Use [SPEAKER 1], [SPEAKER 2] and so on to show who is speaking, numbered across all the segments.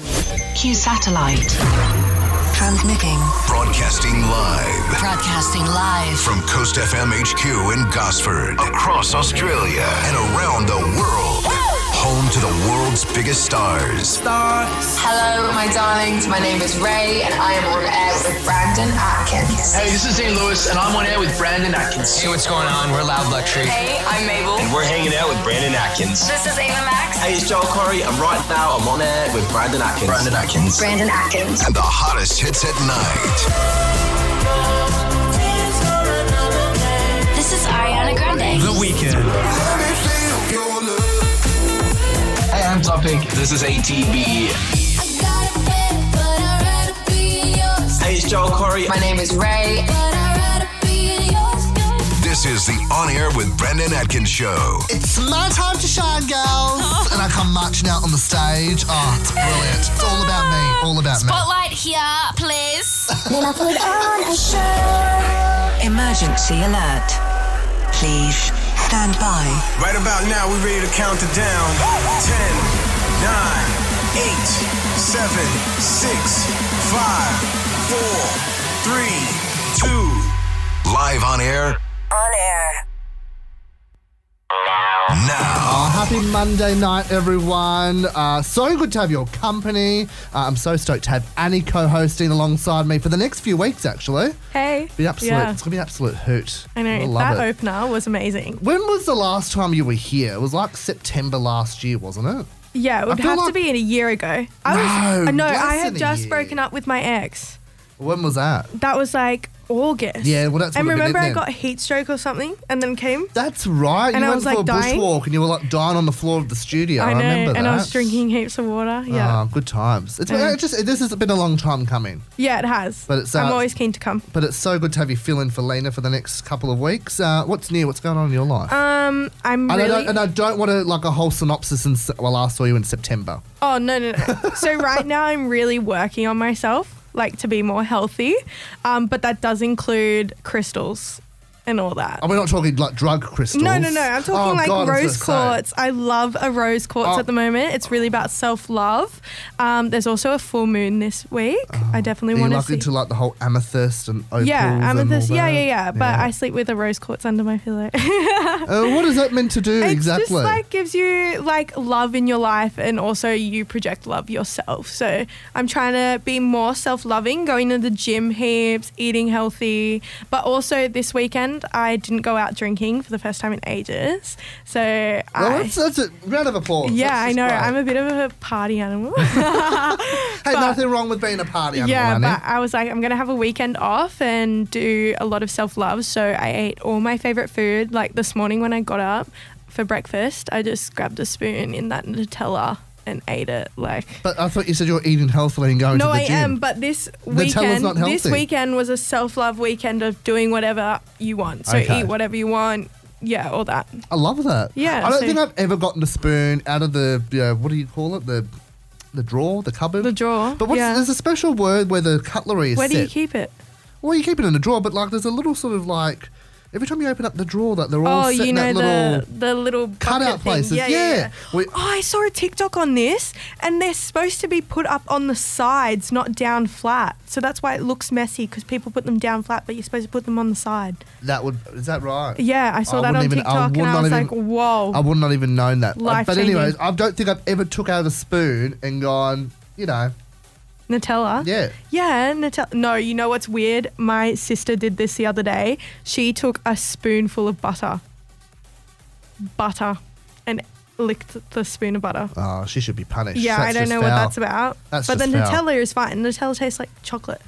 [SPEAKER 1] DQ satellite. Transmitting.
[SPEAKER 2] Broadcasting live
[SPEAKER 1] Broadcasting live.
[SPEAKER 2] from Coast FM HQ in Gosford, across Australia and around the world. Home to the world's biggest stars.
[SPEAKER 3] Hello, my darlings. My name is Ray, and I am on air with Brandon Atkins.
[SPEAKER 4] Hey, this is St. Louis, and I'm on air with Brandon Atkins.
[SPEAKER 5] Hey, what's going on? We're Loud Luxury.
[SPEAKER 3] Hey, I'm Mabel.
[SPEAKER 6] We're hanging out with Brandon Atkins.
[SPEAKER 3] This is Ava Max.
[SPEAKER 6] Hey, it's Joel Corey. I'm right now. I'm on air with Brandon Atkins. Brandon Atkins.
[SPEAKER 3] Brandon Atkins.
[SPEAKER 2] And the hottest hits at night.
[SPEAKER 3] This is Ariana Grande.
[SPEAKER 5] The Weekend.
[SPEAKER 4] Hey, I'm Top Pink.
[SPEAKER 5] This is ATB.
[SPEAKER 6] Hey, it's Joel Corey.
[SPEAKER 3] My name is Ray.
[SPEAKER 2] This is the On Air with Brandon Atkins show.
[SPEAKER 7] It's my time to shine, girls.
[SPEAKER 8] Oh.
[SPEAKER 7] And I come marching out on the stage. Oh, it's brilliant. It's all about me. All about me.
[SPEAKER 9] Spotlight here, please.
[SPEAKER 1] Emergency alert. Please stand by.
[SPEAKER 10] Right about now, we ready to count it down. 10, 9, 8, 7, 6, 5, 4, 3, 2,
[SPEAKER 2] Live on air. On air. Now.
[SPEAKER 7] Oh, happy Monday night, everyone. Uh, so good to have your company. Uh, I'm so stoked to have Annie co hosting alongside me for the next few weeks, actually.
[SPEAKER 8] Hey.
[SPEAKER 7] Be absolute,
[SPEAKER 8] Yeah.
[SPEAKER 7] It's going to be an absolute hoot.
[SPEAKER 8] I know.
[SPEAKER 7] You'll love
[SPEAKER 8] that
[SPEAKER 7] it.
[SPEAKER 8] opener was amazing.
[SPEAKER 7] when was the last time you were here? It was like September last year, wasn't it?
[SPEAKER 8] Yeah, it would
[SPEAKER 7] I feel
[SPEAKER 8] have
[SPEAKER 7] like-
[SPEAKER 8] to be in a year ago. I
[SPEAKER 7] No,
[SPEAKER 8] was no,
[SPEAKER 7] less
[SPEAKER 8] I
[SPEAKER 7] than
[SPEAKER 8] had
[SPEAKER 7] a
[SPEAKER 8] just
[SPEAKER 7] year.
[SPEAKER 8] broken up with my ex.
[SPEAKER 7] When was that?
[SPEAKER 8] That was like August.
[SPEAKER 7] Yeah, well, that's
[SPEAKER 8] And
[SPEAKER 7] would've been it
[SPEAKER 8] remember I
[SPEAKER 7] then.
[SPEAKER 8] got heat stroke or something and then came?
[SPEAKER 7] That's right.
[SPEAKER 8] And
[SPEAKER 7] you
[SPEAKER 8] I
[SPEAKER 7] went
[SPEAKER 8] was,
[SPEAKER 7] for
[SPEAKER 8] like,
[SPEAKER 7] a
[SPEAKER 8] dying.
[SPEAKER 7] bushwalk and you were like dying on the floor of the studio. I,
[SPEAKER 8] know.
[SPEAKER 7] remember that.
[SPEAKER 8] and I was drinking heaps of water. Yeah.
[SPEAKER 7] Ah, good times. It's
[SPEAKER 8] Yeah.
[SPEAKER 7] it just uh, this has been a long time coming,
[SPEAKER 8] yeah, it has.
[SPEAKER 7] But it's, uh,
[SPEAKER 8] I'm always keen to come.
[SPEAKER 7] but it's so good to have you filling for Lena for the next couple of weeks. Uh, what's new? What's going on in your life?
[SPEAKER 8] Um, I'm
[SPEAKER 7] and,
[SPEAKER 8] really.
[SPEAKER 7] I don't, and I don't want to like a whole synopsis since well, I saw you in September.
[SPEAKER 8] Oh no no no! so right now I'm really working on myself, like to be more healthy, um, but that does include crystals and all that.
[SPEAKER 7] Oh, we're not talking like drug crystals.
[SPEAKER 8] No no no! I'm talking
[SPEAKER 7] Oh,
[SPEAKER 8] like
[SPEAKER 7] God, I was
[SPEAKER 8] rose
[SPEAKER 7] gonna say.
[SPEAKER 8] quartz. I love a rose quartz
[SPEAKER 7] Oh.
[SPEAKER 8] at the moment. It's really about self love. Um, there's also a full moon this week. I
[SPEAKER 7] Oh. Are
[SPEAKER 8] definitely
[SPEAKER 7] you
[SPEAKER 8] want to
[SPEAKER 7] like
[SPEAKER 8] see.
[SPEAKER 7] into like the whole amethyst and opals?
[SPEAKER 8] yeah,
[SPEAKER 7] and all
[SPEAKER 8] amethyst. Yeah,
[SPEAKER 7] that?
[SPEAKER 8] yeah, yeah. But I sleep with a rose quartz under my pillow.
[SPEAKER 7] Uh, what is that meant to do exactly?
[SPEAKER 8] It's just like gives you like love in your life and also you project love yourself. So I'm trying to be more self loving, going to the gym heaps, eating healthy. But also this weekend I didn't go out drinking for the first time in ages. So
[SPEAKER 7] Well,
[SPEAKER 8] I
[SPEAKER 7] that's, that's a round of applause.
[SPEAKER 8] yeah,
[SPEAKER 7] That's
[SPEAKER 8] I
[SPEAKER 7] just
[SPEAKER 8] know.
[SPEAKER 7] great.
[SPEAKER 8] I'm a bit of a party animal.
[SPEAKER 7] Hey, nothing wrong with being a party animal,
[SPEAKER 8] yeah,
[SPEAKER 7] Annie.
[SPEAKER 8] but I was like, I'm gonna have a weekend off and do a lot of self love. So I ate all my favorite food. Like this morning when I got up for breakfast, I just grabbed a spoon in that Nutella and ate it. Like.
[SPEAKER 7] But I thought you said you were eating healthily and going
[SPEAKER 8] no,
[SPEAKER 7] to the
[SPEAKER 8] I
[SPEAKER 7] gym.
[SPEAKER 8] am, but this
[SPEAKER 7] Nutella's
[SPEAKER 8] weekend,
[SPEAKER 7] not
[SPEAKER 8] this
[SPEAKER 7] healthy.
[SPEAKER 8] weekend was a self love weekend of doing whatever you want. So
[SPEAKER 7] Okay.
[SPEAKER 8] eat whatever you want. Yeah, all that.
[SPEAKER 7] I love that.
[SPEAKER 8] Yeah,
[SPEAKER 7] I don't
[SPEAKER 8] so-
[SPEAKER 7] think I've ever gotten a spoon out of the uh, what do you call it the the drawer, the cupboard,
[SPEAKER 8] The drawer,
[SPEAKER 7] But what's,
[SPEAKER 8] yeah.
[SPEAKER 7] there's a special word where the cutlery is
[SPEAKER 8] Where do you
[SPEAKER 7] set.
[SPEAKER 8] keep it?
[SPEAKER 7] Well, you keep it in the drawer, but like there's a little sort of like every time you open up the drawer, that they're all
[SPEAKER 8] oh,
[SPEAKER 7] set
[SPEAKER 8] you
[SPEAKER 7] in
[SPEAKER 8] know
[SPEAKER 7] that little.
[SPEAKER 8] the the little
[SPEAKER 7] cutout
[SPEAKER 8] bucket thing.
[SPEAKER 7] places.
[SPEAKER 8] Yeah, yeah.
[SPEAKER 7] Yeah.
[SPEAKER 8] yeah.
[SPEAKER 7] We-
[SPEAKER 8] oh, I saw a TikTok on this, and they're supposed to be put up on the sides, not down flat. So that's why it looks messy because people put them down flat, but you're supposed to put them on the side.
[SPEAKER 7] That would is that right?
[SPEAKER 8] Yeah, I saw that
[SPEAKER 7] wouldn't
[SPEAKER 8] on
[SPEAKER 7] even- I
[SPEAKER 8] TikTok,
[SPEAKER 7] would
[SPEAKER 8] and I
[SPEAKER 7] not
[SPEAKER 8] was
[SPEAKER 7] even-
[SPEAKER 8] like, whoa.
[SPEAKER 7] I would not even known that. Uh, But
[SPEAKER 8] Life-changing.
[SPEAKER 7] anyways, I don't think I've ever took out a spoon and gone, you know,
[SPEAKER 8] Nutella.
[SPEAKER 7] Yeah.
[SPEAKER 8] Yeah, Nutella. No, you know what's weird? My sister did this the other day. She took a spoonful of butter. Butter. And licked the spoon of butter.
[SPEAKER 7] oh, she should be punished.
[SPEAKER 8] Yeah,
[SPEAKER 7] That's
[SPEAKER 8] I don't
[SPEAKER 7] just
[SPEAKER 8] know
[SPEAKER 7] foul.
[SPEAKER 8] what that's about.
[SPEAKER 7] That's
[SPEAKER 8] but
[SPEAKER 7] just
[SPEAKER 8] the
[SPEAKER 7] foul.
[SPEAKER 8] Nutella is fine. Nutella tastes like chocolate.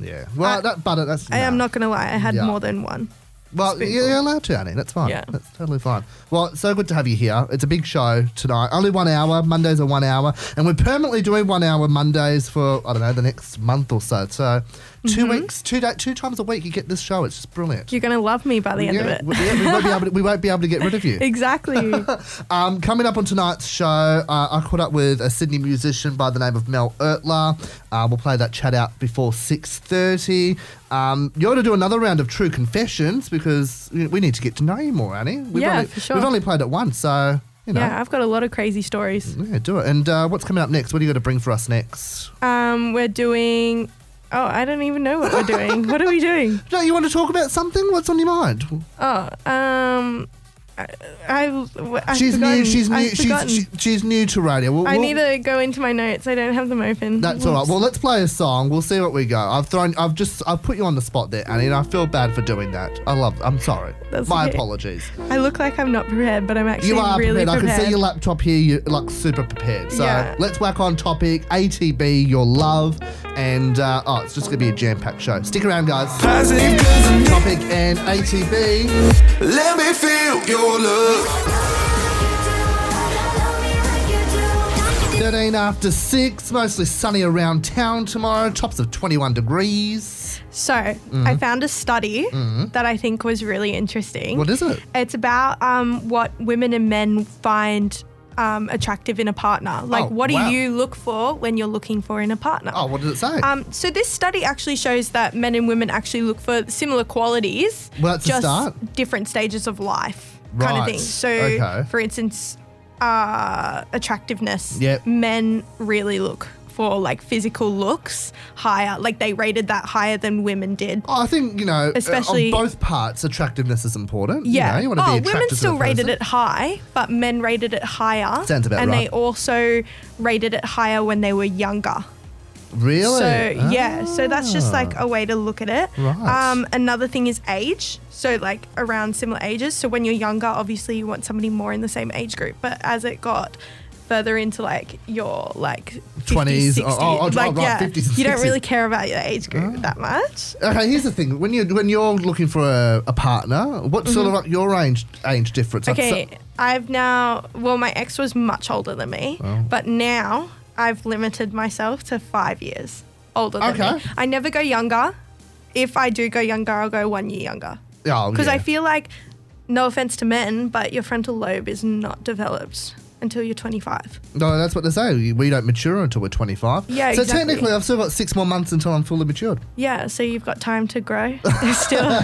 [SPEAKER 7] Yeah, well,
[SPEAKER 8] I-
[SPEAKER 7] that butter. That's
[SPEAKER 8] I am
[SPEAKER 7] nah.
[SPEAKER 8] not going to lie. I had
[SPEAKER 7] Yeah.
[SPEAKER 8] more than one.
[SPEAKER 7] Well,
[SPEAKER 8] Spoonful.
[SPEAKER 7] you're allowed to, Annie. That's fine.
[SPEAKER 8] Yeah.
[SPEAKER 7] That's totally fine. Well, it's so good to have you here. It's a big show tonight. Only one hour. Mondays are one hour. And we're permanently doing one hour Mondays for, I don't know, the next month or so. So, 2 weeks, two, da- two times a week, you get this show. It's just brilliant.
[SPEAKER 8] Mm-hmm. You're going to love me by the end
[SPEAKER 7] yeah,
[SPEAKER 8] of
[SPEAKER 7] we,
[SPEAKER 8] it.
[SPEAKER 7] yeah, we won't be able to, we won't be able to get rid of you.
[SPEAKER 8] exactly.
[SPEAKER 7] Um, coming up on tonight's show, uh, I caught up with a Sydney musician by the name of Mel Ertler. Uh, we'll play that chat out before six thirty. Um, you're going to do another round of True Confessions because we we need to get to know you more, Annie. We've
[SPEAKER 8] Yeah,
[SPEAKER 7] only,
[SPEAKER 8] for sure.
[SPEAKER 7] We've only played it once, so You know.
[SPEAKER 8] Yeah, I've got a lot of crazy stories.
[SPEAKER 7] Yeah, do it. And uh, what's coming up next? What are you going to bring for us next?
[SPEAKER 8] Um, we're doing. Oh, I don't even know what we're doing. what are we doing?
[SPEAKER 7] No, you want to talk about something? What's on your mind?
[SPEAKER 8] Oh, um, I, I, I've
[SPEAKER 7] she's new.
[SPEAKER 8] forgotten.
[SPEAKER 7] She's new.
[SPEAKER 8] I've
[SPEAKER 7] She's,
[SPEAKER 8] forgotten.
[SPEAKER 7] she- she's new to radio. We'll-
[SPEAKER 8] I
[SPEAKER 7] we'll-
[SPEAKER 8] need to go into my notes. I don't have them open.
[SPEAKER 7] That's all right.
[SPEAKER 8] Whoops.
[SPEAKER 7] Well, let's play a song. We'll see what we go. I've thrown. I've just. I've put you on the spot there, Annie, and I feel bad for doing that. I love. I'm sorry.
[SPEAKER 8] That's
[SPEAKER 7] My
[SPEAKER 8] okay.
[SPEAKER 7] apologies.
[SPEAKER 8] I look like I'm not prepared, but I'm actually
[SPEAKER 7] you are
[SPEAKER 8] really
[SPEAKER 7] prepared.
[SPEAKER 8] prepared.
[SPEAKER 7] I can see your laptop here. You're like super prepared. So
[SPEAKER 8] Yeah.
[SPEAKER 7] let's whack on topic ATB, your love, and uh, oh, it's just gonna be a jam-packed show. Stick around, guys.
[SPEAKER 10] Positive girls and
[SPEAKER 7] Topic and ATB.
[SPEAKER 10] Let me feel your love.
[SPEAKER 7] 13 after six. Mostly sunny around town tomorrow. Tops of 21 degrees.
[SPEAKER 8] so
[SPEAKER 7] Mm-hmm.
[SPEAKER 8] I found a study that I think was really interesting.
[SPEAKER 7] What is it?
[SPEAKER 8] It's about um, what women and men find um, attractive in a partner. Like,
[SPEAKER 7] Oh,
[SPEAKER 8] what do
[SPEAKER 7] wow.
[SPEAKER 8] you look for when you're looking for in a partner?
[SPEAKER 7] Oh, what did it say?
[SPEAKER 8] Um, so this study actually shows that men and women actually look for similar qualities,
[SPEAKER 7] Well, that's a
[SPEAKER 8] just
[SPEAKER 7] start.
[SPEAKER 8] different stages of life, kind of
[SPEAKER 7] Right.
[SPEAKER 8] thing. So,
[SPEAKER 7] Okay.
[SPEAKER 8] for instance, uh, attractiveness.
[SPEAKER 7] Yep.
[SPEAKER 8] Men really look for like physical looks higher, like they rated that higher than women did.
[SPEAKER 7] Oh, I think you know,
[SPEAKER 8] Especially-
[SPEAKER 7] especially on both parts, attractiveness is important.
[SPEAKER 8] Yeah.
[SPEAKER 7] you, know, you want to
[SPEAKER 8] oh,
[SPEAKER 7] be attracted
[SPEAKER 8] women
[SPEAKER 7] to
[SPEAKER 8] still
[SPEAKER 7] the
[SPEAKER 8] rated
[SPEAKER 7] person.
[SPEAKER 8] it high, but men rated it higher.
[SPEAKER 7] Sounds about
[SPEAKER 8] and
[SPEAKER 7] right.
[SPEAKER 8] they also rated it higher when they were younger.
[SPEAKER 7] Really?
[SPEAKER 8] So yeah, so that's just like a way to look at it.
[SPEAKER 7] Right.
[SPEAKER 8] Um, another thing is age. So like around similar ages. So when you're younger, obviously you want somebody more in the same age group. But as it got further into like your like
[SPEAKER 7] 20s,
[SPEAKER 8] 50s, 60s,
[SPEAKER 7] oh, oh, oh, right,
[SPEAKER 8] like yeah,
[SPEAKER 7] 50s and Ah.
[SPEAKER 8] you don't
[SPEAKER 7] 60s.
[SPEAKER 8] really care about your age group that much.
[SPEAKER 7] Okay, here's the thing: when you when you're looking for a, a partner, what sort of like your age age difference? Like,
[SPEAKER 8] Mm-hmm. Okay,
[SPEAKER 7] so-
[SPEAKER 8] I've now well, my ex was much older than me, but now I've limited myself to five years older than me.
[SPEAKER 7] Okay.
[SPEAKER 8] I never go younger. If I do go younger, I'll go one year younger.
[SPEAKER 7] oh,
[SPEAKER 8] Because I
[SPEAKER 7] yeah.
[SPEAKER 8] feel like, no offense to men, but your frontal lobe is not developed until you're 25.
[SPEAKER 7] no, that's what they say. We don't mature until we're 25.
[SPEAKER 8] Yeah,
[SPEAKER 7] So
[SPEAKER 8] exactly.
[SPEAKER 7] technically, I've still got six more months until I'm fully matured.
[SPEAKER 8] Yeah, so you've got time to grow still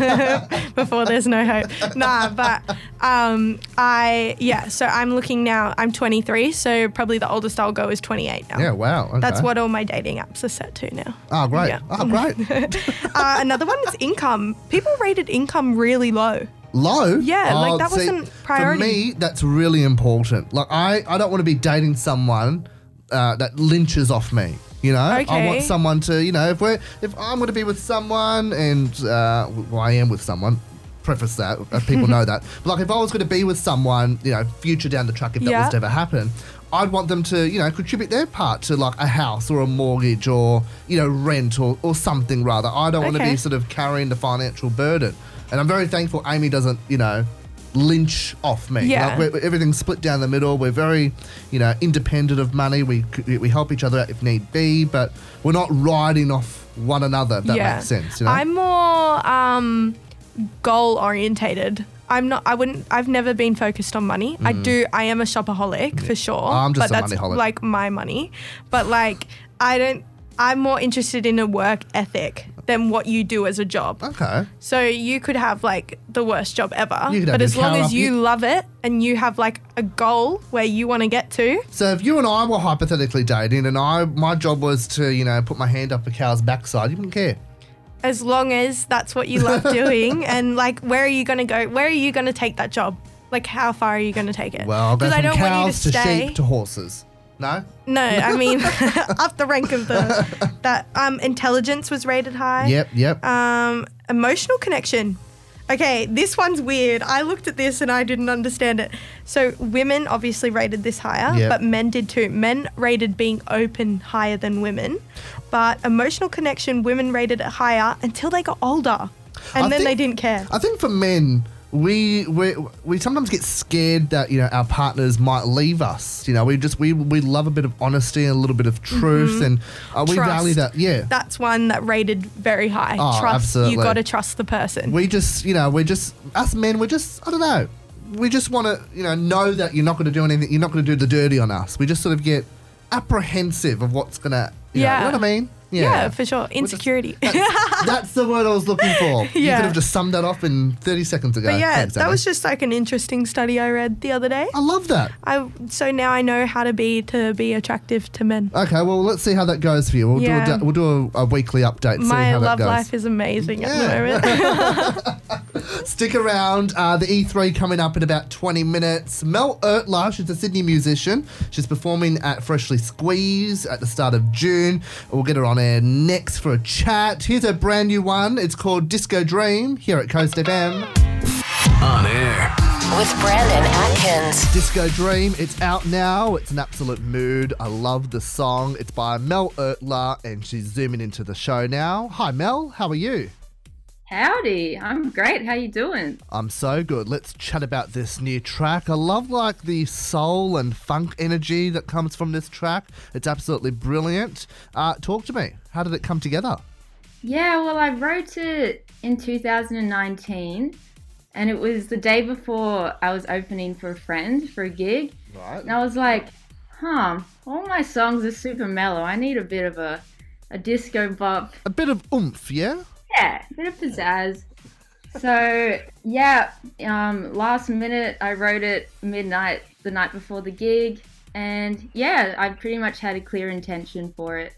[SPEAKER 8] before there's no hope. Nah, but um, I, yeah, so I'm looking now, I'm 23, so probably the oldest I'll go is 28 now.
[SPEAKER 7] Yeah, wow. Okay.
[SPEAKER 8] That's what all my dating apps are set to now.
[SPEAKER 7] Oh, great.
[SPEAKER 8] Yeah.
[SPEAKER 7] Oh, great.
[SPEAKER 8] Uh, another one is income. People rated income really low.
[SPEAKER 7] low. Oh,
[SPEAKER 8] Yeah, like, that wasn't priority.
[SPEAKER 7] For me, that's really important. Like I, I don't want to be dating someone uh, that lynches off me. You know, I
[SPEAKER 8] Okay.
[SPEAKER 7] want someone to, you know, if we're, if I'm going to be with someone and uh, well, I am with someone. Preface that uh, people know that. But like, if I was going to be with someone, you know, future down the track, if that
[SPEAKER 8] Yeah.
[SPEAKER 7] was to ever happen, I'd want them to, you know, contribute their part to like a house or a mortgage or you know rent or or something rather. I don't want to
[SPEAKER 8] Okay.
[SPEAKER 7] be sort of carrying the financial burden. And I'm very thankful Amy doesn't, you know, lynch off me.
[SPEAKER 8] Yeah.
[SPEAKER 7] Like we're, everything's split down the middle. We're very, you know, independent of money. We c- we help each other out if need be, but we're not riding off one another. If that
[SPEAKER 8] yeah.
[SPEAKER 7] makes sense. You know?
[SPEAKER 8] I'm more um, goal orientated. I'm not. I wouldn't. I've never been focused on money. I do. I am a shopaholic for sure.
[SPEAKER 7] Mm. I'm just
[SPEAKER 8] but
[SPEAKER 7] a
[SPEAKER 8] that's
[SPEAKER 7] moneyholic.
[SPEAKER 8] like my money. But like, I don't. I'm more interested in a work ethic than what you do as a job.
[SPEAKER 7] okay.
[SPEAKER 8] So you could have like the worst job ever,
[SPEAKER 7] You could have
[SPEAKER 8] but
[SPEAKER 7] your
[SPEAKER 8] as long
[SPEAKER 7] car
[SPEAKER 8] as
[SPEAKER 7] up-
[SPEAKER 8] you
[SPEAKER 7] you-
[SPEAKER 8] love it and you have like a goal where you want to get to,
[SPEAKER 7] So if you and I were hypothetically dating, and I my job was to, you know, put my hand up a cow's backside, you wouldn't care.
[SPEAKER 8] as long as that's what you love doing and like where are you going to go where are you going to take that job like how far are you going to take it
[SPEAKER 7] Well, I'll go
[SPEAKER 8] 'Cause
[SPEAKER 7] from
[SPEAKER 8] i don't
[SPEAKER 7] cows
[SPEAKER 8] want you to
[SPEAKER 7] to
[SPEAKER 8] stay
[SPEAKER 7] sheep to horses. No.
[SPEAKER 8] no i mean up the rank of the that um intelligence was rated high
[SPEAKER 7] Yep. Yep.
[SPEAKER 8] um emotional connection okay this one's weird i looked at this and i didn't understand it so women obviously rated this higher
[SPEAKER 7] Yep.
[SPEAKER 8] but men did too men rated being open higher than women but emotional connection women rated it higher until they got older and
[SPEAKER 7] I
[SPEAKER 8] then they
[SPEAKER 7] think-
[SPEAKER 8] didn't care
[SPEAKER 7] I think for men, we we we sometimes get scared that you know our partners might leave us. You know, we just we we love a bit of honesty and a little bit of truth, and uh, we
[SPEAKER 8] Mm-hmm. Trust.
[SPEAKER 7] value that. Yeah,
[SPEAKER 8] that's one that rated very high.
[SPEAKER 7] Oh,
[SPEAKER 8] trust. You
[SPEAKER 7] absolutely.
[SPEAKER 8] got to trust the person.
[SPEAKER 7] we just you know we're just us men. We're just I don't know. We just want to you know know that you're not going to do anything. You're not going to do the dirty on us. We just sort of get apprehensive of what's gonna. You yeah, know,
[SPEAKER 8] Yeah.
[SPEAKER 7] you know what I mean.
[SPEAKER 8] Yeah,
[SPEAKER 7] Yeah.
[SPEAKER 8] for sure.
[SPEAKER 7] is-
[SPEAKER 8] Insecurity.
[SPEAKER 7] That's the word I was looking for. You
[SPEAKER 8] Yeah.
[SPEAKER 7] could have just summed that up in 30 seconds ago.
[SPEAKER 8] But yeah,
[SPEAKER 7] Thanks,
[SPEAKER 8] that
[SPEAKER 7] Annie.
[SPEAKER 8] was just like an interesting study I read the other day.
[SPEAKER 7] I love that.
[SPEAKER 8] I so now I know how to be to be attractive to men.
[SPEAKER 7] Okay, well, let's see how that goes for you. We'll
[SPEAKER 8] Yeah.
[SPEAKER 7] do a, da- we'll do a, a weekly update. see
[SPEAKER 8] My
[SPEAKER 7] how that
[SPEAKER 8] love
[SPEAKER 7] goes.
[SPEAKER 8] life is amazing
[SPEAKER 7] Yeah.
[SPEAKER 8] at the moment.
[SPEAKER 7] Stick around. Uh, the E3 coming up in about 20 minutes. Mel Ertler, she's a Sydney musician. She's performing at Freshly Squeeze at the start of June. We'll get her on air next for a chat. Here's a brand new one. It's called Disco Dream here at Coast FM.
[SPEAKER 2] On air.
[SPEAKER 1] With Brandon Atkins.
[SPEAKER 7] Disco Dream, it's out now. It's an absolute mood. I love the song. It's by Mel Ertler, and she's zooming into the show now. Hi, Mel. How are you?
[SPEAKER 11] Howdy, I'm great. How you doing?
[SPEAKER 7] I'm so good. Let's chat about this new track. I love like the soul and funk energy that comes from this track. It's absolutely brilliant. Uh, talk to me. How did it come together?
[SPEAKER 11] Yeah, well, I wrote it in 2019, and it was the day before I was opening for a friend for a gig.
[SPEAKER 7] Right.
[SPEAKER 11] And I was like, huh, all my songs are super mellow. I need a bit of a, a disco bop.
[SPEAKER 7] A bit of oomph, yeah.
[SPEAKER 11] Yeah, a bit of pizzazz. So, yeah, um, last minute, I wrote it midnight the night before the gig. And yeah, I pretty much had a clear intention for it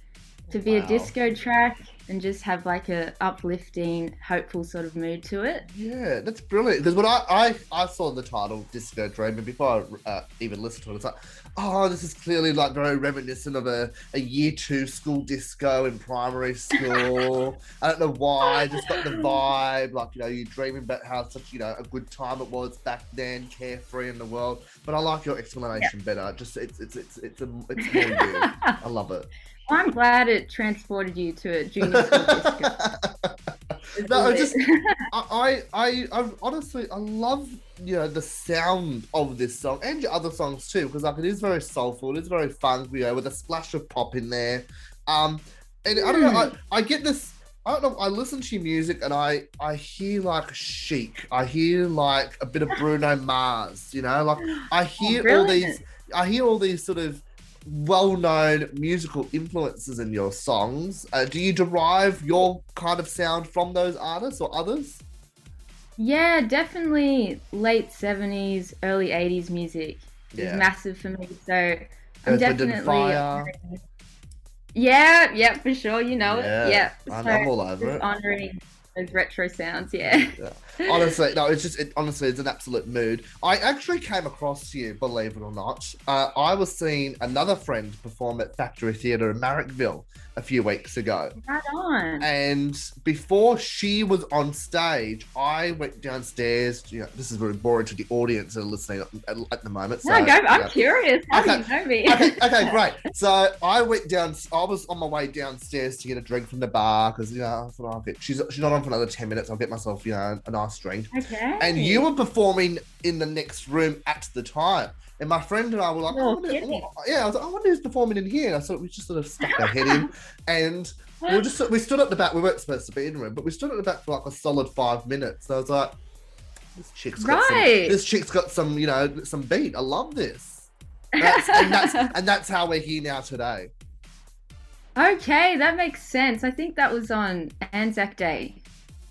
[SPEAKER 11] to be a disco track and just have like a uplifting, hopeful sort of mood to it.
[SPEAKER 7] Yeah, that's brilliant. Because when I, I, I saw the title Disco Dream, and before I uh, even listened to it, it's like, oh, this is clearly like very reminiscent of a, a year two school disco in primary school. I don't know why, I just got the vibe. Like, you know, you're dreaming about how such, you know, a good time it was back then, carefree in the world. But I like your explanation better. Just, it's, it's, it's, it's, a, it's more you. I love it.
[SPEAKER 11] I'm glad it transported you to a junior school disco.
[SPEAKER 7] No, I
[SPEAKER 11] Isn't
[SPEAKER 7] just
[SPEAKER 11] it?
[SPEAKER 7] I, I I I honestly I love you know the sound of this song and your other songs too because like it is very soulful, it is very funk, you know, with a splash of pop in there. Um, and I don't know, I, I get this. I don't know. I listen to your music and I I hear like chic. I hear like a bit of Bruno Mars. You know, like I hear all these.
[SPEAKER 11] Oh, brilliant.
[SPEAKER 7] I hear all these sort of well-known musical influences in your songs. Uh, do you derive your kind of sound from those artists or others?
[SPEAKER 11] Yeah, definitely late 70s, early 80s music
[SPEAKER 7] Yeah.
[SPEAKER 11] is massive for me. So I'm
[SPEAKER 7] Earth, Wind and
[SPEAKER 11] definitely. uh,
[SPEAKER 7] Fire.
[SPEAKER 11] Yeah, yeah, for sure. You know it.
[SPEAKER 7] Yeah,
[SPEAKER 11] Yeah.
[SPEAKER 7] I'm-
[SPEAKER 11] So
[SPEAKER 7] I'm all over
[SPEAKER 11] just
[SPEAKER 7] it.
[SPEAKER 11] Honoring those retro sounds. Yeah.
[SPEAKER 7] honestly, no, it's just it, honestly, it's an absolute mood. I actually came across you, believe it or not. Uh, I was seeing another friend perform at Factory Theatre in Marrickville a few weeks ago,
[SPEAKER 11] Right on.
[SPEAKER 7] and before she was on stage, I went downstairs. You know, this is very boring to the audience that are listening at, at the moment. So,
[SPEAKER 11] no, go. I'm
[SPEAKER 7] yeah
[SPEAKER 11] curious. How
[SPEAKER 7] Okay.
[SPEAKER 11] do you know me?
[SPEAKER 7] okay, okay, great. So I went down. I was on my way downstairs to get a drink from the bar because you know I thought I'll get. She's she's not on for another ten minutes. I'll get myself you know a nice drink.
[SPEAKER 11] Okay.
[SPEAKER 7] And you were performing in the next room at the time. And my friend and I were like, I
[SPEAKER 11] No
[SPEAKER 7] wonder,
[SPEAKER 11] Oh, kidding.
[SPEAKER 7] yeah, I was like, I wonder who's performing in here. And I sort of, we just sort of stuck our head in, and we were just we stood at the back. We weren't supposed to be in the room, but we stood at the back for like a solid five minutes. And I was like, this chick's got some,
[SPEAKER 11] Right.
[SPEAKER 7] this chick's got some, you know, some beat. I love this. That's, and that's and that's how we're here now today.
[SPEAKER 11] Okay, that makes sense. I think that was on Anzac Day.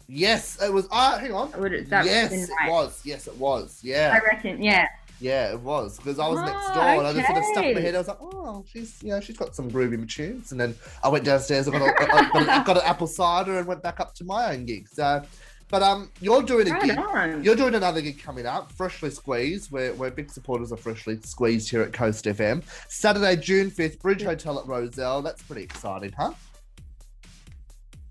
[SPEAKER 7] Yes, it was. Ah, hang on.
[SPEAKER 11] Would it- that would've
[SPEAKER 7] yes,
[SPEAKER 11] been
[SPEAKER 7] it
[SPEAKER 11] right.
[SPEAKER 7] was. Yes, it was. Yeah.
[SPEAKER 11] I reckon. Yeah.
[SPEAKER 7] Yeah, it was because I was next
[SPEAKER 11] Oh,
[SPEAKER 7] door and I just sort of stuck my
[SPEAKER 11] okay.
[SPEAKER 7] head. I was like, oh, she's you know she's got some groovy tunes, and then I went downstairs. I got, a, I got, a, got an apple cider and went back up to my own gig. So, but um, you're doing a
[SPEAKER 11] Right
[SPEAKER 7] gig.
[SPEAKER 11] on.
[SPEAKER 7] You're doing another gig coming up, Freshly Squeezed. We're, we're big supporters of Freshly Squeezed here at Coast FM. Saturday, June 5th, Bridge Hotel at Roselle. That's pretty exciting, huh?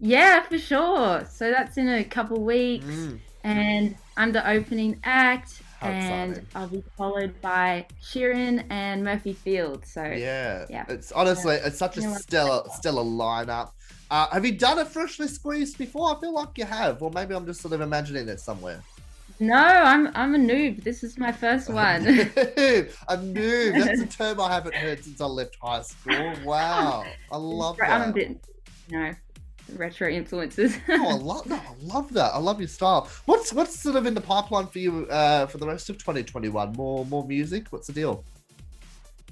[SPEAKER 11] Yeah, for sure. So that's in a couple weeks,
[SPEAKER 7] Mm.
[SPEAKER 11] and I'm the opening act,
[SPEAKER 7] How
[SPEAKER 11] and
[SPEAKER 7] exciting.
[SPEAKER 11] I'll be followed by Sheeran and Murphy Field. So
[SPEAKER 7] Yeah.
[SPEAKER 11] Yeah.
[SPEAKER 7] It's honestly, it's such a
[SPEAKER 11] You know what?
[SPEAKER 7] stellar, stellar lineup. Uh, have you done a Freshly Squeezed before? I feel like you have, or maybe I'm just sort of imagining it somewhere.
[SPEAKER 11] no, I'm I'm a noob. This is my first one.
[SPEAKER 7] a noob. That's a term I haven't heard since I left high school. Wow. I love that.
[SPEAKER 11] Oh, I'm a bit, you know, retro influences.
[SPEAKER 7] Oh, I love that. I love that. I love your style. What's what's sort of in the pipeline for you uh, for the rest of 2021? More more music? What's the deal?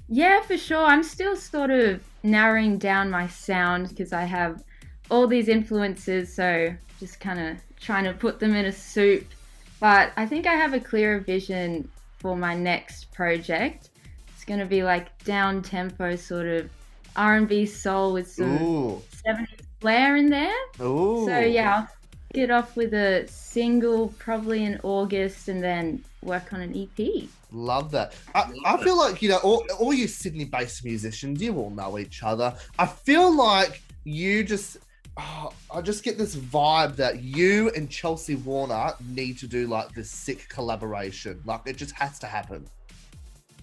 [SPEAKER 11] Yeah, for sure. I'm still sort of narrowing down my sound because I have all these influences, so just kind of trying to put them in a soup. But I think I have a clearer vision for my next project. It's going to be like down tempo sort of R&B soul with some
[SPEAKER 12] Ooh.
[SPEAKER 11] 70s flair in there.
[SPEAKER 12] Ooh.
[SPEAKER 11] Mm. So yeah, I'll get off with a single probably in August and then work on an E EP.
[SPEAKER 12] Love that. I, I feel like, you know, all, all you Sydney based musicians, you all know each other. I feel like you just, oh, I just get this vibe that you and Chelsea Warner need to do like this sick collaboration. Like, it just has to happen.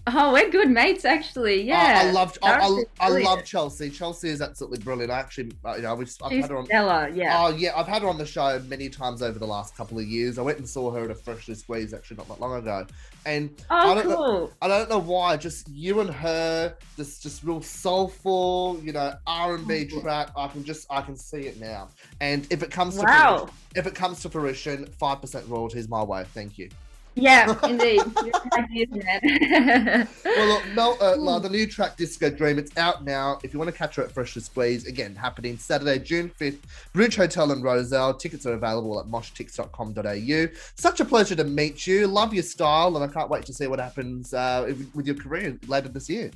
[SPEAKER 11] Oh, we're good mates actually. Yeah.
[SPEAKER 12] I, I love, I, I,
[SPEAKER 11] Darcy's
[SPEAKER 12] I love
[SPEAKER 11] brilliant.
[SPEAKER 12] Chelsea. Chelsea is absolutely brilliant. I actually, uh, you know, we've, I've
[SPEAKER 11] She's
[SPEAKER 12] had her on.
[SPEAKER 11] stellar, yeah.
[SPEAKER 12] Oh yeah, I've had her on the show many times over the last couple of years. I went and saw her at a Freshly Squeezed actually not that long ago, and
[SPEAKER 11] Oh,
[SPEAKER 12] I don't know,
[SPEAKER 11] cool.
[SPEAKER 12] I don't know why. Just you and her, this just real soulful, you know, R and B track. I can just I can see it now. And if it comes to
[SPEAKER 11] Wow.
[SPEAKER 12] fruition- if it comes to fruition, five percent royalties my way. Thank you.
[SPEAKER 11] Yeah, indeed. You're an ideas man.
[SPEAKER 12] well, look, Mel Ertler, the new track Disco Dream, it's out now. If you want to catch her at Freshly Squeeze, again, happening Saturday, June 5th, Bridge Hotel in Roselle. Tickets are available at moshtix.com.au. Such a pleasure to meet you. Love your style, and I can't wait to see what happens uh, if- with your career later this year.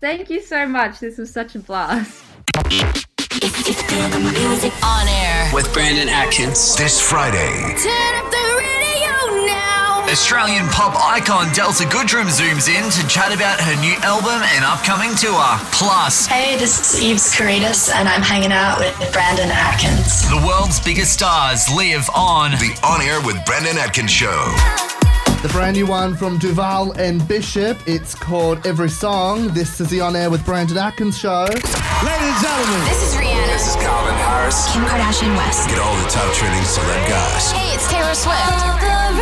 [SPEAKER 11] Thank you so much. This was such a blast.
[SPEAKER 9] Music on air.
[SPEAKER 5] With Brandon Atkins.
[SPEAKER 2] This Friday,
[SPEAKER 9] Turn up the radio now.
[SPEAKER 5] Australian pop icon Delta Goodrum zooms in to chat about her new album and upcoming tour. Plus,
[SPEAKER 13] Hey, this is Eves Caritas, and I'm hanging out with Brandon Atkins.
[SPEAKER 5] the world's biggest stars live on
[SPEAKER 2] the On Air with Brandon Atkins show.
[SPEAKER 7] The brand new one from Duval and Bishop. It's called Every Song. This is the On Air with Brandon Atkins show.
[SPEAKER 2] Ladies and gentlemen,
[SPEAKER 1] This is Rihanna.
[SPEAKER 2] this is Calvin Harris.
[SPEAKER 1] Kim Kardashian West.
[SPEAKER 2] Get all the top trending celeb guys
[SPEAKER 1] Hey, it's Taylor Swift.
[SPEAKER 2] in the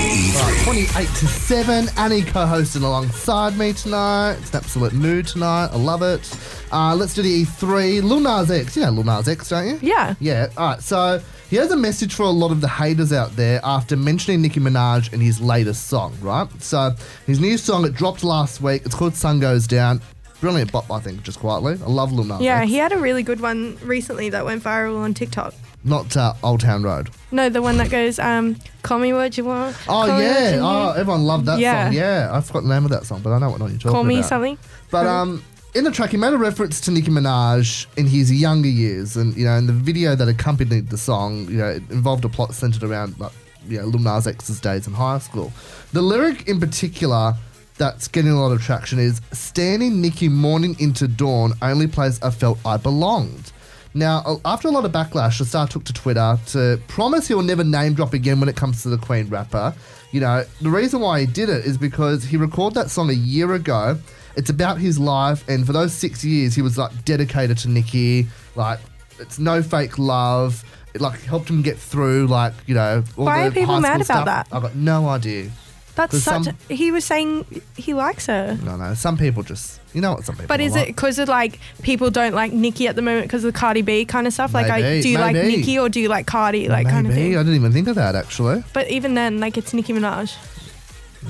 [SPEAKER 2] E E3.
[SPEAKER 7] 28 to 7. Annie co hosting alongside me tonight. It's an absolute mood tonight. I love it. Uh, let's do the E3. Lil Nas X. You know Lil Nas X, don't you?
[SPEAKER 8] Yeah.
[SPEAKER 7] Yeah. All right. So here's a message for a lot of the haters out there after mentioning Nicki Minaj and his latest song, right? So his new song, it dropped last week. It's called Sun Goes Down. Brilliant bop, I think, just quietly. I love Lil Nas
[SPEAKER 8] Yeah,
[SPEAKER 7] X.
[SPEAKER 8] he had a really good one recently that went viral on TikTok.
[SPEAKER 7] Not uh, Old Town Road.
[SPEAKER 8] No, the one that goes, um, call me what you want.
[SPEAKER 7] Oh,
[SPEAKER 8] call me what
[SPEAKER 7] yeah.
[SPEAKER 8] you
[SPEAKER 7] Oh,
[SPEAKER 8] need,
[SPEAKER 7] everyone loved that
[SPEAKER 8] Yeah.
[SPEAKER 7] song. Yeah. I forgot the name of that song, but I know what you're talking
[SPEAKER 8] Call me
[SPEAKER 7] about.
[SPEAKER 8] something.
[SPEAKER 7] But
[SPEAKER 8] Mhm.
[SPEAKER 7] um, in the track, he made a reference to Nicki Minaj in his younger years, and you know, in the video that accompanied the song, you know, it involved a plot centered around like, you know, Lil Nas X's days in high school. The lyric in particular that's getting a lot of traction is "Standing Nicki morning into dawn, only place I felt I belonged." Now, a- after a lot of backlash, the star took to Twitter to promise he'll never name drop again when it comes to the Queen rapper. You know, the reason why he did it is because he recorded that song a year ago. It's about his life, and for those six years, he was like dedicated to Nikki. Like, it's no fake love. It like helped him get through. Like, you know, all
[SPEAKER 8] Why
[SPEAKER 7] the
[SPEAKER 8] are people
[SPEAKER 7] high
[SPEAKER 8] mad
[SPEAKER 7] school
[SPEAKER 8] about
[SPEAKER 7] stuff.
[SPEAKER 8] that?
[SPEAKER 7] I've got no idea.
[SPEAKER 8] That's
[SPEAKER 7] 'Cause
[SPEAKER 8] such.
[SPEAKER 7] Some,
[SPEAKER 8] he was saying he likes her.
[SPEAKER 7] no, no. Some people just, you know what? Some people.
[SPEAKER 8] But
[SPEAKER 7] are
[SPEAKER 8] is
[SPEAKER 7] like.
[SPEAKER 8] it because of like people don't like Nicki at the moment because of the Cardi B kind of stuff? Like, I,
[SPEAKER 7] Maybe,
[SPEAKER 8] do you like
[SPEAKER 7] maybe.
[SPEAKER 8] Nicki or do you like Cardi? Like, kind of
[SPEAKER 7] Maybe.
[SPEAKER 8] thing.
[SPEAKER 7] I didn't even think of that actually.
[SPEAKER 8] But even then, like, it's Nicki Minaj.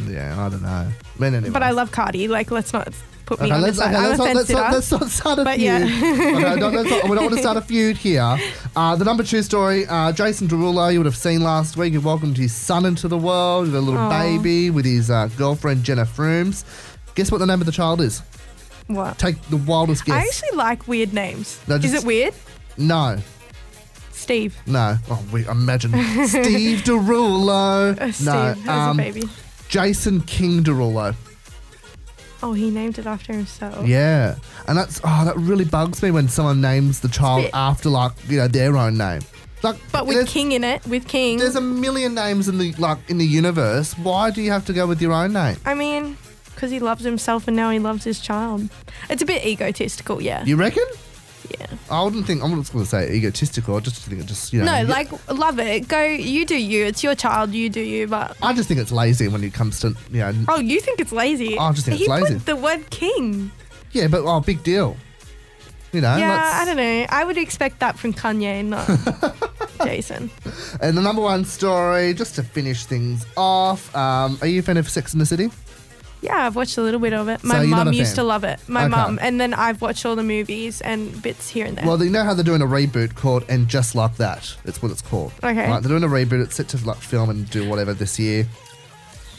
[SPEAKER 7] Yeah, I don't know. But anyway.
[SPEAKER 8] But I love Cardi. Like, let's not put me
[SPEAKER 7] Okay,
[SPEAKER 8] on
[SPEAKER 7] let's-
[SPEAKER 8] this. side.
[SPEAKER 7] okay,
[SPEAKER 8] I'm
[SPEAKER 7] let's not- let's
[SPEAKER 8] offensive.
[SPEAKER 7] not- let's not start a
[SPEAKER 8] But
[SPEAKER 7] feud.
[SPEAKER 8] yeah.
[SPEAKER 7] Okay, don't- let's not- we don't want to start a feud here. Uh, the number two story, uh, Jason Derulo, you would have seen last week. He welcomed his son into the world with a little
[SPEAKER 8] Aw.
[SPEAKER 7] baby with his uh, girlfriend Jenna Frooms. Guess what the name of the child is?
[SPEAKER 8] What?
[SPEAKER 7] Take the wildest guess.
[SPEAKER 8] I actually like weird names.
[SPEAKER 7] No,
[SPEAKER 8] Is
[SPEAKER 7] just-
[SPEAKER 8] it weird?
[SPEAKER 7] no,
[SPEAKER 8] Steve.
[SPEAKER 7] no. Oh, we imagine Steve Derulo.
[SPEAKER 8] Uh, Steve
[SPEAKER 7] no,
[SPEAKER 8] has
[SPEAKER 7] um,
[SPEAKER 8] a baby.
[SPEAKER 7] Jason King Derulo.
[SPEAKER 8] Oh, he named it after himself.
[SPEAKER 7] Yeah, and that's oh, that really bugs me when someone names the child after like you know their own name. Like,
[SPEAKER 8] But with King in it, with King.
[SPEAKER 7] there's a million names in the like in the universe. Why do you have to go with your own name?
[SPEAKER 8] I mean, because he loves himself and now he loves his child. It's a bit egotistical, yeah.
[SPEAKER 7] You reckon? Yeah. I wouldn't think. I'm not going to say egotistical. I just think it just you know.
[SPEAKER 8] no,
[SPEAKER 7] you-
[SPEAKER 8] like, love it. Go, you do you. It's your child, you do you. But,
[SPEAKER 7] I just think it's lazy when it comes to you know.
[SPEAKER 8] oh, you think it's lazy.
[SPEAKER 7] Oh, I just think
[SPEAKER 8] he
[SPEAKER 7] it's lazy.
[SPEAKER 8] put the word king.
[SPEAKER 7] Yeah, but oh, big deal. You know.
[SPEAKER 8] yeah,
[SPEAKER 7] let's-
[SPEAKER 8] I don't know. I would expect that from Kanye, not Jason.
[SPEAKER 7] And the number one story, just to finish things off. Um, are you a fan of Sex in the City?
[SPEAKER 8] Yeah, I've watched a little bit of it.
[SPEAKER 7] So
[SPEAKER 8] My
[SPEAKER 7] you're not
[SPEAKER 8] mum
[SPEAKER 7] a
[SPEAKER 8] used
[SPEAKER 7] fan?
[SPEAKER 8] to love it. My
[SPEAKER 7] Okay.
[SPEAKER 8] mum, and then I've watched all the movies and bits here and there.
[SPEAKER 7] Well, you know how they're doing a reboot called And Just Like That. It's what it's called.
[SPEAKER 8] Okay.
[SPEAKER 7] Right, they're doing a reboot. It's set to like film and do whatever this year.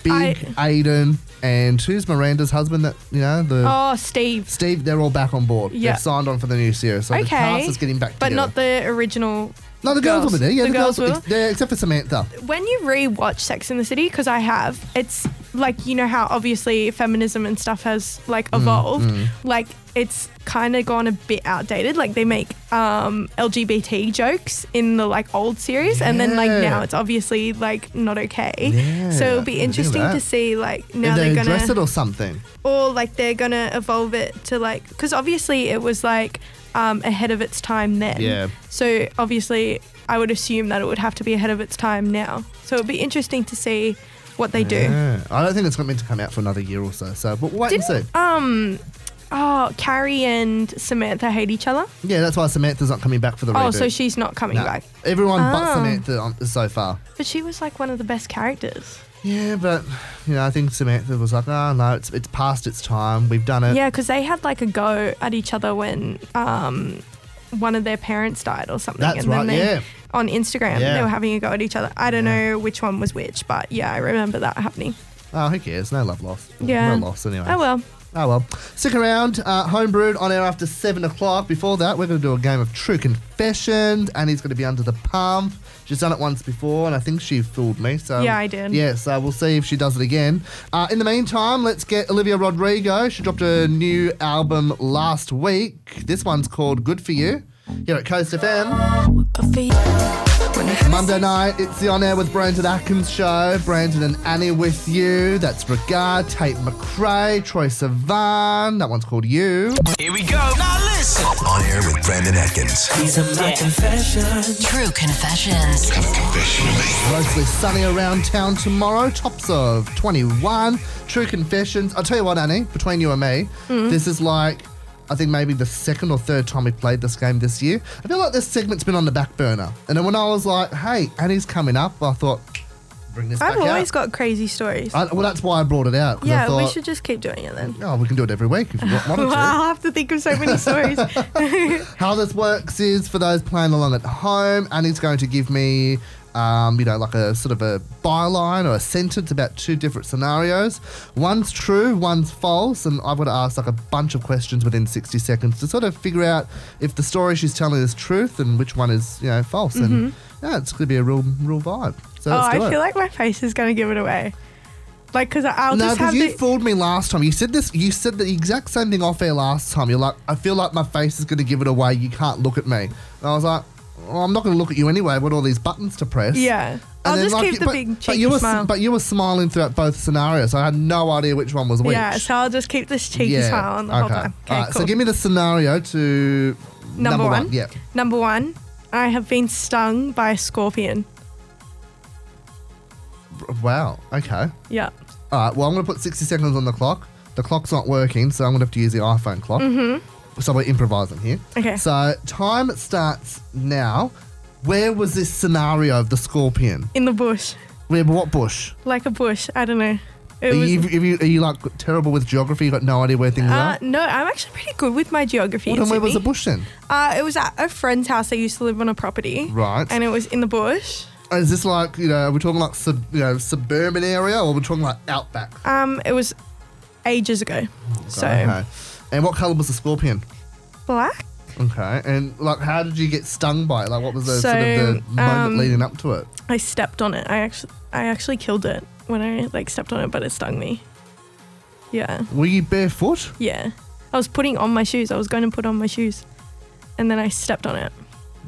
[SPEAKER 7] Big Aiden and who's Miranda's husband? That you know the
[SPEAKER 8] oh, Steve.
[SPEAKER 7] Steve. They're all back on board.
[SPEAKER 8] Yeah.
[SPEAKER 7] They've signed on for the new series, so the
[SPEAKER 8] Okay.
[SPEAKER 7] cast is getting back
[SPEAKER 8] but
[SPEAKER 7] together.
[SPEAKER 8] not the original.
[SPEAKER 7] no, the girls, will be there. Yeah, the, girls,
[SPEAKER 8] will.
[SPEAKER 7] will. Yeah, except for Samantha.
[SPEAKER 8] when you rewatch Sex in the City, because I have, it's like you know how obviously feminism and stuff has like
[SPEAKER 7] Mm,
[SPEAKER 8] evolved.
[SPEAKER 7] mm.
[SPEAKER 8] Like it's kind of gone a bit outdated. Like they make um, LGBT jokes in the like old series, and then like
[SPEAKER 7] Yeah.
[SPEAKER 8] now it's obviously like not okay.
[SPEAKER 7] Yeah,
[SPEAKER 8] so it'll
[SPEAKER 7] I didn't
[SPEAKER 8] be
[SPEAKER 7] think of
[SPEAKER 8] interesting to
[SPEAKER 7] that.
[SPEAKER 8] see like
[SPEAKER 7] If
[SPEAKER 8] now
[SPEAKER 7] they
[SPEAKER 8] they're gonna
[SPEAKER 7] address it or something.
[SPEAKER 8] or like they're gonna evolve it to like because obviously it was like um, ahead of its time then.
[SPEAKER 7] Yeah.
[SPEAKER 8] So obviously, I would assume that it would have to be ahead of its time now. So it'd be interesting to see what they do.
[SPEAKER 7] Yeah. I don't think it's not meant to come out for another year or so. So, but we'll wait and see.
[SPEAKER 8] Um, oh, Carrie and Samantha hate each other.
[SPEAKER 7] Yeah, that's why Samantha's not coming back for the reboot.
[SPEAKER 8] Oh, so she's not coming
[SPEAKER 7] No.
[SPEAKER 8] back.
[SPEAKER 7] Everyone but
[SPEAKER 8] Oh.
[SPEAKER 7] Samantha on- so far.
[SPEAKER 8] But she was like one of the best characters.
[SPEAKER 7] Yeah, but you know, I think Samantha was like, "Oh no, it's it's past its time. We've done it."
[SPEAKER 8] Yeah, because they had like a go at each other when um, one of their parents died or something.
[SPEAKER 7] That's
[SPEAKER 8] and then
[SPEAKER 7] right,
[SPEAKER 8] they,
[SPEAKER 7] yeah.
[SPEAKER 8] On Instagram,
[SPEAKER 7] Yeah.
[SPEAKER 8] they were having a go at each other. I don't know which one was which, but yeah, I remember that happening.
[SPEAKER 7] Oh, who cares? No love lost.
[SPEAKER 8] Yeah.
[SPEAKER 7] No loss anyway.
[SPEAKER 8] Oh well.
[SPEAKER 7] Oh well. Stick around. Uh, Homebrewed on air after seven o'clock. Before that, we're going to do a game of True Confessions, and he's going to be under the pump. She's done it once before, and I think she fooled me. So
[SPEAKER 8] Yeah, I did.
[SPEAKER 7] Yeah, so we'll see if she does it again. Uh, in the meantime, let's get Olivia Rodrigo. She dropped a new album last week. This one's called Good for You. Here at Coast FM. Monday night, it's the On Air with Brandon Atkins show. Brandon and Annie with you. That's Regard, Tate McRae, Troy Sivan. That one's called You.
[SPEAKER 2] Here we go. Now listen. On air with Brandon Atkins. These are my confessions.
[SPEAKER 1] True confessions.
[SPEAKER 7] Mostly sunny around town tomorrow. Tops of 21. True confessions. I'll tell you what, Annie, between you and me,
[SPEAKER 8] Mm-hmm.
[SPEAKER 12] Mm.
[SPEAKER 7] this is like, I think maybe the second or third time we played this game this year. I feel like this segment's been on the back burner. And then when I was like, hey, Annie's coming up, I thought, bring this
[SPEAKER 8] I've
[SPEAKER 7] back
[SPEAKER 8] always
[SPEAKER 7] out.
[SPEAKER 8] got crazy stories.
[SPEAKER 7] I, well, that's why I brought it out. 'cause I
[SPEAKER 8] yeah, we
[SPEAKER 7] thought,
[SPEAKER 8] should just keep doing it then.
[SPEAKER 7] Oh, we can do it every week if you want wanted to.
[SPEAKER 8] I'll have to think of so many stories. Oh,
[SPEAKER 7] How this works is for those playing along at home, Annie's going to give me, um, you know, like a sort of a byline or a sentence about two different scenarios. One's true, one's false, and I've got to ask like a bunch of questions within 60 seconds to sort of figure out if the story she's telling is truth and which one is, you know, false. And
[SPEAKER 8] Mhm.
[SPEAKER 7] yeah, it's going to be a real, real vibe. So
[SPEAKER 8] oh,
[SPEAKER 7] let's
[SPEAKER 8] I
[SPEAKER 7] do it.
[SPEAKER 8] feel like my face is going to give it away. Like, because I'll
[SPEAKER 7] no,
[SPEAKER 8] just have
[SPEAKER 7] because you
[SPEAKER 8] the.
[SPEAKER 7] fooled me last time. You said this. You said the exact same thing off air last time. You're like, I feel like my face is going to give it away. You can't look at me. And I was like, well, I'm not going to look at you anyway. With all these buttons to press.
[SPEAKER 8] Yeah. I'll
[SPEAKER 7] then,
[SPEAKER 8] just
[SPEAKER 7] like,
[SPEAKER 8] keep
[SPEAKER 7] you-
[SPEAKER 8] the
[SPEAKER 7] but-
[SPEAKER 8] big
[SPEAKER 7] But you
[SPEAKER 8] cheeky
[SPEAKER 7] were,
[SPEAKER 8] smile.
[SPEAKER 7] but you were smiling throughout both scenarios. I had no idea which one was which.
[SPEAKER 8] Yeah, so I'll just keep this cheeky smile on the whole time. Okay,
[SPEAKER 7] Alright,
[SPEAKER 8] cool.
[SPEAKER 7] So give me the scenario to number,
[SPEAKER 8] Number
[SPEAKER 7] one.
[SPEAKER 8] one?
[SPEAKER 7] Yeah.
[SPEAKER 8] Number one, I have been stung by a scorpion.
[SPEAKER 7] Wow. Okay.
[SPEAKER 8] Yeah.
[SPEAKER 7] All right. Well, I'm going to put 60 seconds on the clock. The clock's not working, so I'm going to have to use the iPhone clock.
[SPEAKER 8] Mm-hmm.
[SPEAKER 7] So we're improvising here.
[SPEAKER 8] Okay.
[SPEAKER 7] So time starts now. Where was this scenario of the scorpion?
[SPEAKER 8] In the bush.
[SPEAKER 7] Where? What bush?
[SPEAKER 8] Like a bush. I don't know. It
[SPEAKER 7] Are
[SPEAKER 8] was.
[SPEAKER 7] you, are, you, are you like terrible with geography? You got no idea where things
[SPEAKER 8] uh,
[SPEAKER 7] are.
[SPEAKER 8] no, I'm actually pretty good with my geography.
[SPEAKER 7] Well,
[SPEAKER 8] in
[SPEAKER 7] then where was the
[SPEAKER 8] Sydney.
[SPEAKER 7] bush then?
[SPEAKER 8] Uh, it was at a friend's house. They used to live on a property.
[SPEAKER 7] Right.
[SPEAKER 8] And it was in the bush.
[SPEAKER 7] Is this like you know? Are we talking like sub, you know suburban area, or we're talking like outback?
[SPEAKER 8] Um, it was ages ago. so
[SPEAKER 7] Okay. And what color was the scorpion?
[SPEAKER 8] black.
[SPEAKER 7] Okay. And like, how did you get stung by it? Like, what was the
[SPEAKER 8] So,
[SPEAKER 7] sort of the moment
[SPEAKER 8] um,
[SPEAKER 7] leading up to it?
[SPEAKER 8] I stepped on it. I actually, I actually killed it when I like stepped on it, but it stung me. Yeah.
[SPEAKER 7] Were you barefoot?
[SPEAKER 8] Yeah. I was putting on my shoes. I was going to put on my shoes. And then I stepped on it.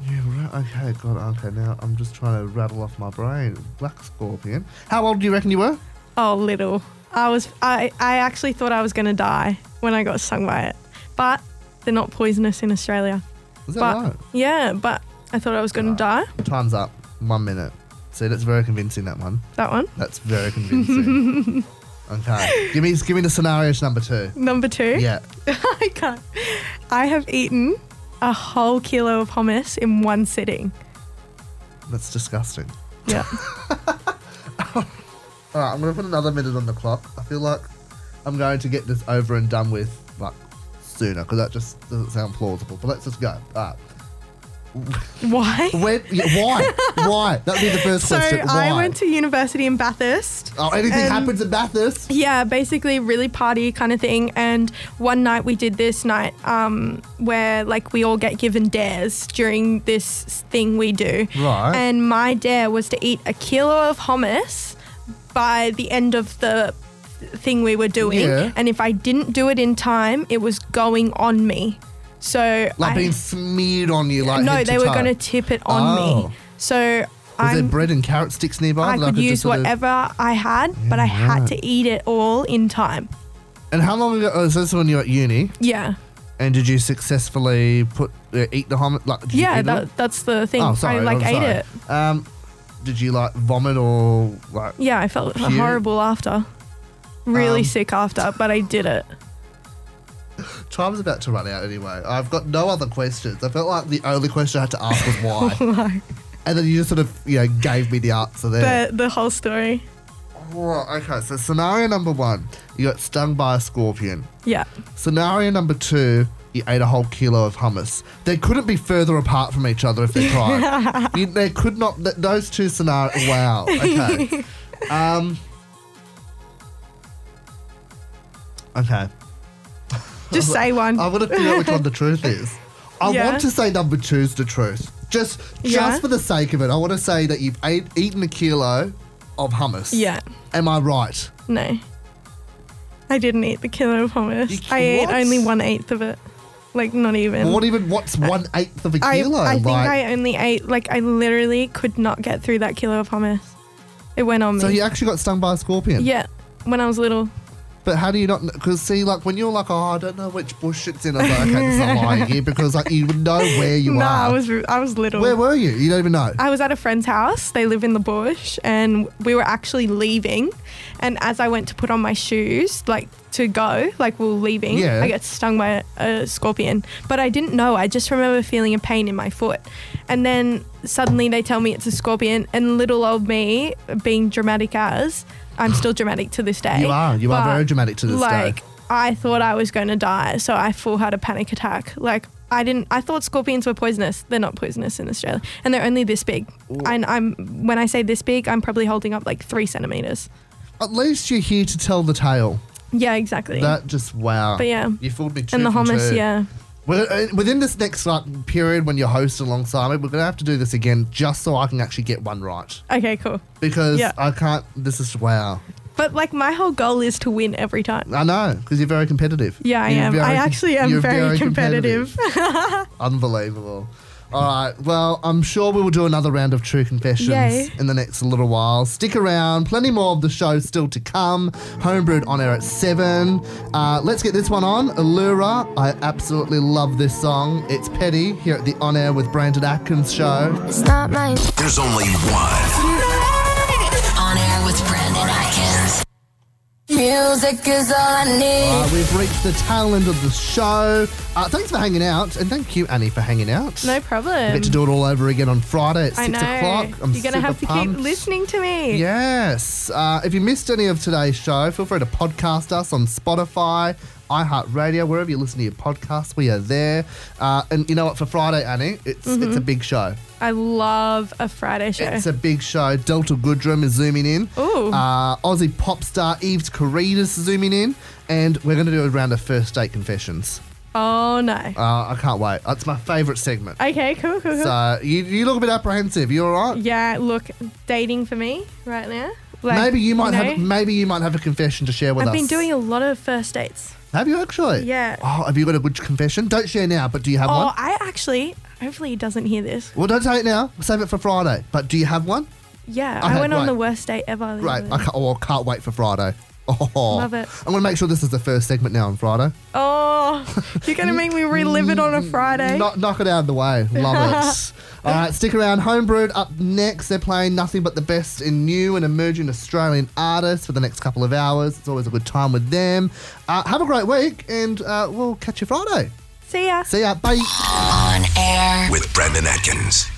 [SPEAKER 7] Yeah, right. Okay, God. Okay, now I'm just trying to rattle off my brain. Black scorpion. How old do you reckon you were?
[SPEAKER 8] Oh, little. I was I, I actually thought I was going to die when I got stung by it. But they're not poisonous in Australia.
[SPEAKER 7] Is that
[SPEAKER 8] but,
[SPEAKER 7] right?
[SPEAKER 8] Yeah, but I thought I was going to die.
[SPEAKER 7] Time's up. One minute. See, that's very convincing. That one.
[SPEAKER 8] That one.
[SPEAKER 7] That's very convincing. okay. Give me, give me the scenarios number two.
[SPEAKER 8] Number 2.
[SPEAKER 7] Yeah.
[SPEAKER 8] I can't. I have eaten a whole kilo of hummus in one sitting.
[SPEAKER 7] That's disgusting.
[SPEAKER 8] Yeah.
[SPEAKER 7] All right, I'm gonna put another minute on the clock. I feel like I'm going to get this over and done with like sooner because that just doesn't sound plausible. But let's just go. All right.
[SPEAKER 8] Why?
[SPEAKER 7] When, yeah, why? why? That would be the first
[SPEAKER 8] so
[SPEAKER 7] question. Why?
[SPEAKER 8] I went to university in Bathurst.
[SPEAKER 7] Oh, anything
[SPEAKER 8] and-
[SPEAKER 7] happens at Bathurst?
[SPEAKER 8] Yeah, basically really party kind of thing. And one night we did this night um, where like we all get given dares during this thing we do.
[SPEAKER 14] Right.
[SPEAKER 8] And my dare was to eat a kilo of hummus by the end of the thing we were doing.
[SPEAKER 7] Yeah.
[SPEAKER 8] And if I didn't do it in time, it was going on me. So
[SPEAKER 7] Like
[SPEAKER 8] I,
[SPEAKER 7] being smeared on you, like
[SPEAKER 8] no,
[SPEAKER 7] head to
[SPEAKER 8] they were
[SPEAKER 7] toe.
[SPEAKER 8] going to tip it on
[SPEAKER 7] Oh.
[SPEAKER 8] me. So
[SPEAKER 7] Was there
[SPEAKER 8] I'm
[SPEAKER 7] bread and carrot sticks nearby?
[SPEAKER 8] I
[SPEAKER 7] that
[SPEAKER 8] could
[SPEAKER 7] just
[SPEAKER 8] use
[SPEAKER 7] sort of-
[SPEAKER 8] whatever I had, but I had
[SPEAKER 7] right.
[SPEAKER 8] to eat it all in time.
[SPEAKER 7] And how long ago? Oh, so this is when you were at uni.
[SPEAKER 8] Yeah.
[SPEAKER 7] And did you successfully put uh, eat the hummus? Like, did you eat
[SPEAKER 8] Yeah,
[SPEAKER 7] it all?
[SPEAKER 8] that, that's the thing.
[SPEAKER 7] Oh, sorry,
[SPEAKER 8] I
[SPEAKER 7] I'm
[SPEAKER 8] like ate
[SPEAKER 7] sorry.
[SPEAKER 8] it.
[SPEAKER 7] Um, did you like vomit or like?
[SPEAKER 8] Yeah, I felt
[SPEAKER 7] puke?
[SPEAKER 8] horrible after. Really
[SPEAKER 7] Um,
[SPEAKER 8] sick after, but I did it.
[SPEAKER 7] Time's about to run out anyway. I've got no other questions. I felt like the only question I had to ask was why,
[SPEAKER 8] Like,
[SPEAKER 7] and then you just sort of you know gave me the answer there.
[SPEAKER 8] the, the whole story.
[SPEAKER 7] Right, okay, so scenario number one, you got stung by a scorpion.
[SPEAKER 8] Yeah.
[SPEAKER 7] Scenario number two, you ate a whole kilo of hummus. They couldn't be further apart from each other if they tried. you, they could not. Th- those two scenarios. Wow. Okay. um. Okay.
[SPEAKER 8] Just say one.
[SPEAKER 7] I want to figure out which one the truth is. I
[SPEAKER 8] Yeah.
[SPEAKER 7] want to say number two's the truth. Just, just
[SPEAKER 8] Yeah.
[SPEAKER 7] for the sake of it, I want to say that you've ate, eaten a kilo of hummus.
[SPEAKER 8] Yeah.
[SPEAKER 7] Am I right?
[SPEAKER 8] No. I didn't eat the kilo of hummus. I ate
[SPEAKER 7] what?
[SPEAKER 8] only one eighth of it. Like, not even.
[SPEAKER 7] what even? What's one eighth of a
[SPEAKER 8] Um, I,
[SPEAKER 7] kilo?
[SPEAKER 8] I think
[SPEAKER 7] like,
[SPEAKER 8] I only ate, like, I literally could not get through that kilo of hummus. It went on me.
[SPEAKER 7] so you actually got stung by a scorpion.
[SPEAKER 8] Yeah, when I was little.
[SPEAKER 7] But how do you not? Because see, like when you're like, oh, I don't know which bush it's in. I was like, okay, this is a lie here because like you would know where you
[SPEAKER 8] nah,
[SPEAKER 7] are.
[SPEAKER 8] I was I was little.
[SPEAKER 7] Where were you? You don't even know.
[SPEAKER 8] I was at a friend's house. They live in the bush, and we were actually leaving. And as I went to put on my shoes, like to go, like we were leaving,
[SPEAKER 14] Yeah.
[SPEAKER 8] I got stung by a, a scorpion. But I didn't know. I just remember feeling a pain in my foot. And then suddenly they tell me it's a scorpion, and little old me, being dramatic as I'm still dramatic to this day.
[SPEAKER 7] you are. You are
[SPEAKER 8] but,
[SPEAKER 7] very dramatic to this
[SPEAKER 8] like,
[SPEAKER 7] day.
[SPEAKER 8] I thought I was going to die, so I full had a panic attack. Like I didn't. I thought scorpions were poisonous. They're not poisonous in Australia, and they're only this big. And I'm when I say this big, I'm probably holding up like three centimeters.
[SPEAKER 7] At least you're here to tell the tale.
[SPEAKER 8] Yeah, exactly.
[SPEAKER 7] That just wow.
[SPEAKER 8] But yeah.
[SPEAKER 7] you fooled me. Two
[SPEAKER 8] and the
[SPEAKER 7] from
[SPEAKER 8] hummus,
[SPEAKER 7] two.
[SPEAKER 8] yeah.
[SPEAKER 7] Well, uh, Within this next like period, when you're hosting alongside me, we're gonna have to do this again just so I can actually get one right
[SPEAKER 8] Okay, cool.
[SPEAKER 7] because
[SPEAKER 8] Yeah.
[SPEAKER 7] I can't. This is wow.
[SPEAKER 8] But like my whole goal is to win every time.
[SPEAKER 7] I know because you're very competitive.
[SPEAKER 8] Yeah, I
[SPEAKER 7] You're
[SPEAKER 8] am.
[SPEAKER 7] very
[SPEAKER 8] I
[SPEAKER 7] com-
[SPEAKER 8] actually am
[SPEAKER 7] you're
[SPEAKER 8] very, competitive.
[SPEAKER 7] Unbelievable. All right. Well, I'm sure we will do another round of true confessions
[SPEAKER 8] Yay.
[SPEAKER 7] in the next little while. Stick around. Plenty more of the show still to come. Homebrewed on air at seven. Uh, let's get this one on. Allura. I absolutely love this song. It's Petty here at the On Air with Brandon Atkins show.
[SPEAKER 14] It's not mine.
[SPEAKER 2] There's only one.
[SPEAKER 14] On air with Brandon Atkins. Music is all I
[SPEAKER 7] Uh,
[SPEAKER 14] need.
[SPEAKER 7] we've reached the tail end of the show. Uh, thanks for hanging out, and thank you, Annie, for hanging out.
[SPEAKER 8] no problem.
[SPEAKER 7] We get to do it all over again on Friday at
[SPEAKER 8] I
[SPEAKER 7] six
[SPEAKER 8] know.
[SPEAKER 7] o'clock. I'm
[SPEAKER 8] You're gonna
[SPEAKER 7] super
[SPEAKER 8] have to
[SPEAKER 7] pumped.
[SPEAKER 8] keep listening to me.
[SPEAKER 7] Yes. Uh, if you missed any of today's show, feel free to podcast us on Spotify, iHeartRadio, wherever you listen to your podcasts. We are there. Uh, and you know what? For Friday, Annie, it's it's
[SPEAKER 8] Mhm.
[SPEAKER 7] a big show.
[SPEAKER 8] I love a Friday show.
[SPEAKER 7] It's a big show. Delta Goodrum is zooming in.
[SPEAKER 8] Ooh.
[SPEAKER 7] Uh, Aussie pop star Eves Caritas is zooming in, and we're going to do a round of first date confessions.
[SPEAKER 8] oh no.
[SPEAKER 7] Uh, I can't wait. That's my favourite segment.
[SPEAKER 8] Okay, cool, cool, cool.
[SPEAKER 7] So you, you look a bit apprehensive. You all right?
[SPEAKER 8] Yeah, look, dating for me right now. Like,
[SPEAKER 7] maybe you might
[SPEAKER 8] know,
[SPEAKER 7] have maybe you might have a confession to share with
[SPEAKER 8] I've
[SPEAKER 7] us.
[SPEAKER 8] been doing a lot of first dates.
[SPEAKER 7] Have you actually?
[SPEAKER 8] Yeah.
[SPEAKER 7] Oh, have you got a good confession? Don't share now, but do you have
[SPEAKER 8] oh,
[SPEAKER 7] one?
[SPEAKER 8] I actually. Hopefully, he doesn't hear this.
[SPEAKER 7] well, don't say it now. Save it for Friday. But do you have one?
[SPEAKER 8] Yeah,
[SPEAKER 7] Okay,
[SPEAKER 8] I went
[SPEAKER 7] right.
[SPEAKER 8] on the worst date ever. the
[SPEAKER 7] Right.
[SPEAKER 8] other
[SPEAKER 7] I
[SPEAKER 8] day.
[SPEAKER 7] can't, oh, I can't wait for Friday. Oh,
[SPEAKER 8] Love it.
[SPEAKER 7] I'm going to make sure this is the first segment now on Friday.
[SPEAKER 8] Oh, you're gonna make me relive it on a Friday.
[SPEAKER 7] Knock, knock it out of the way. Love it. All right, stick around. Homebrewed up next. They're playing nothing but the best in new and emerging Australian artists for the next couple of hours. It's always a good time with them. Uh, have a great week, and uh, we'll catch you Friday.
[SPEAKER 8] See ya.
[SPEAKER 7] See ya. Bye.
[SPEAKER 14] On air.
[SPEAKER 2] With Brandon Atkins.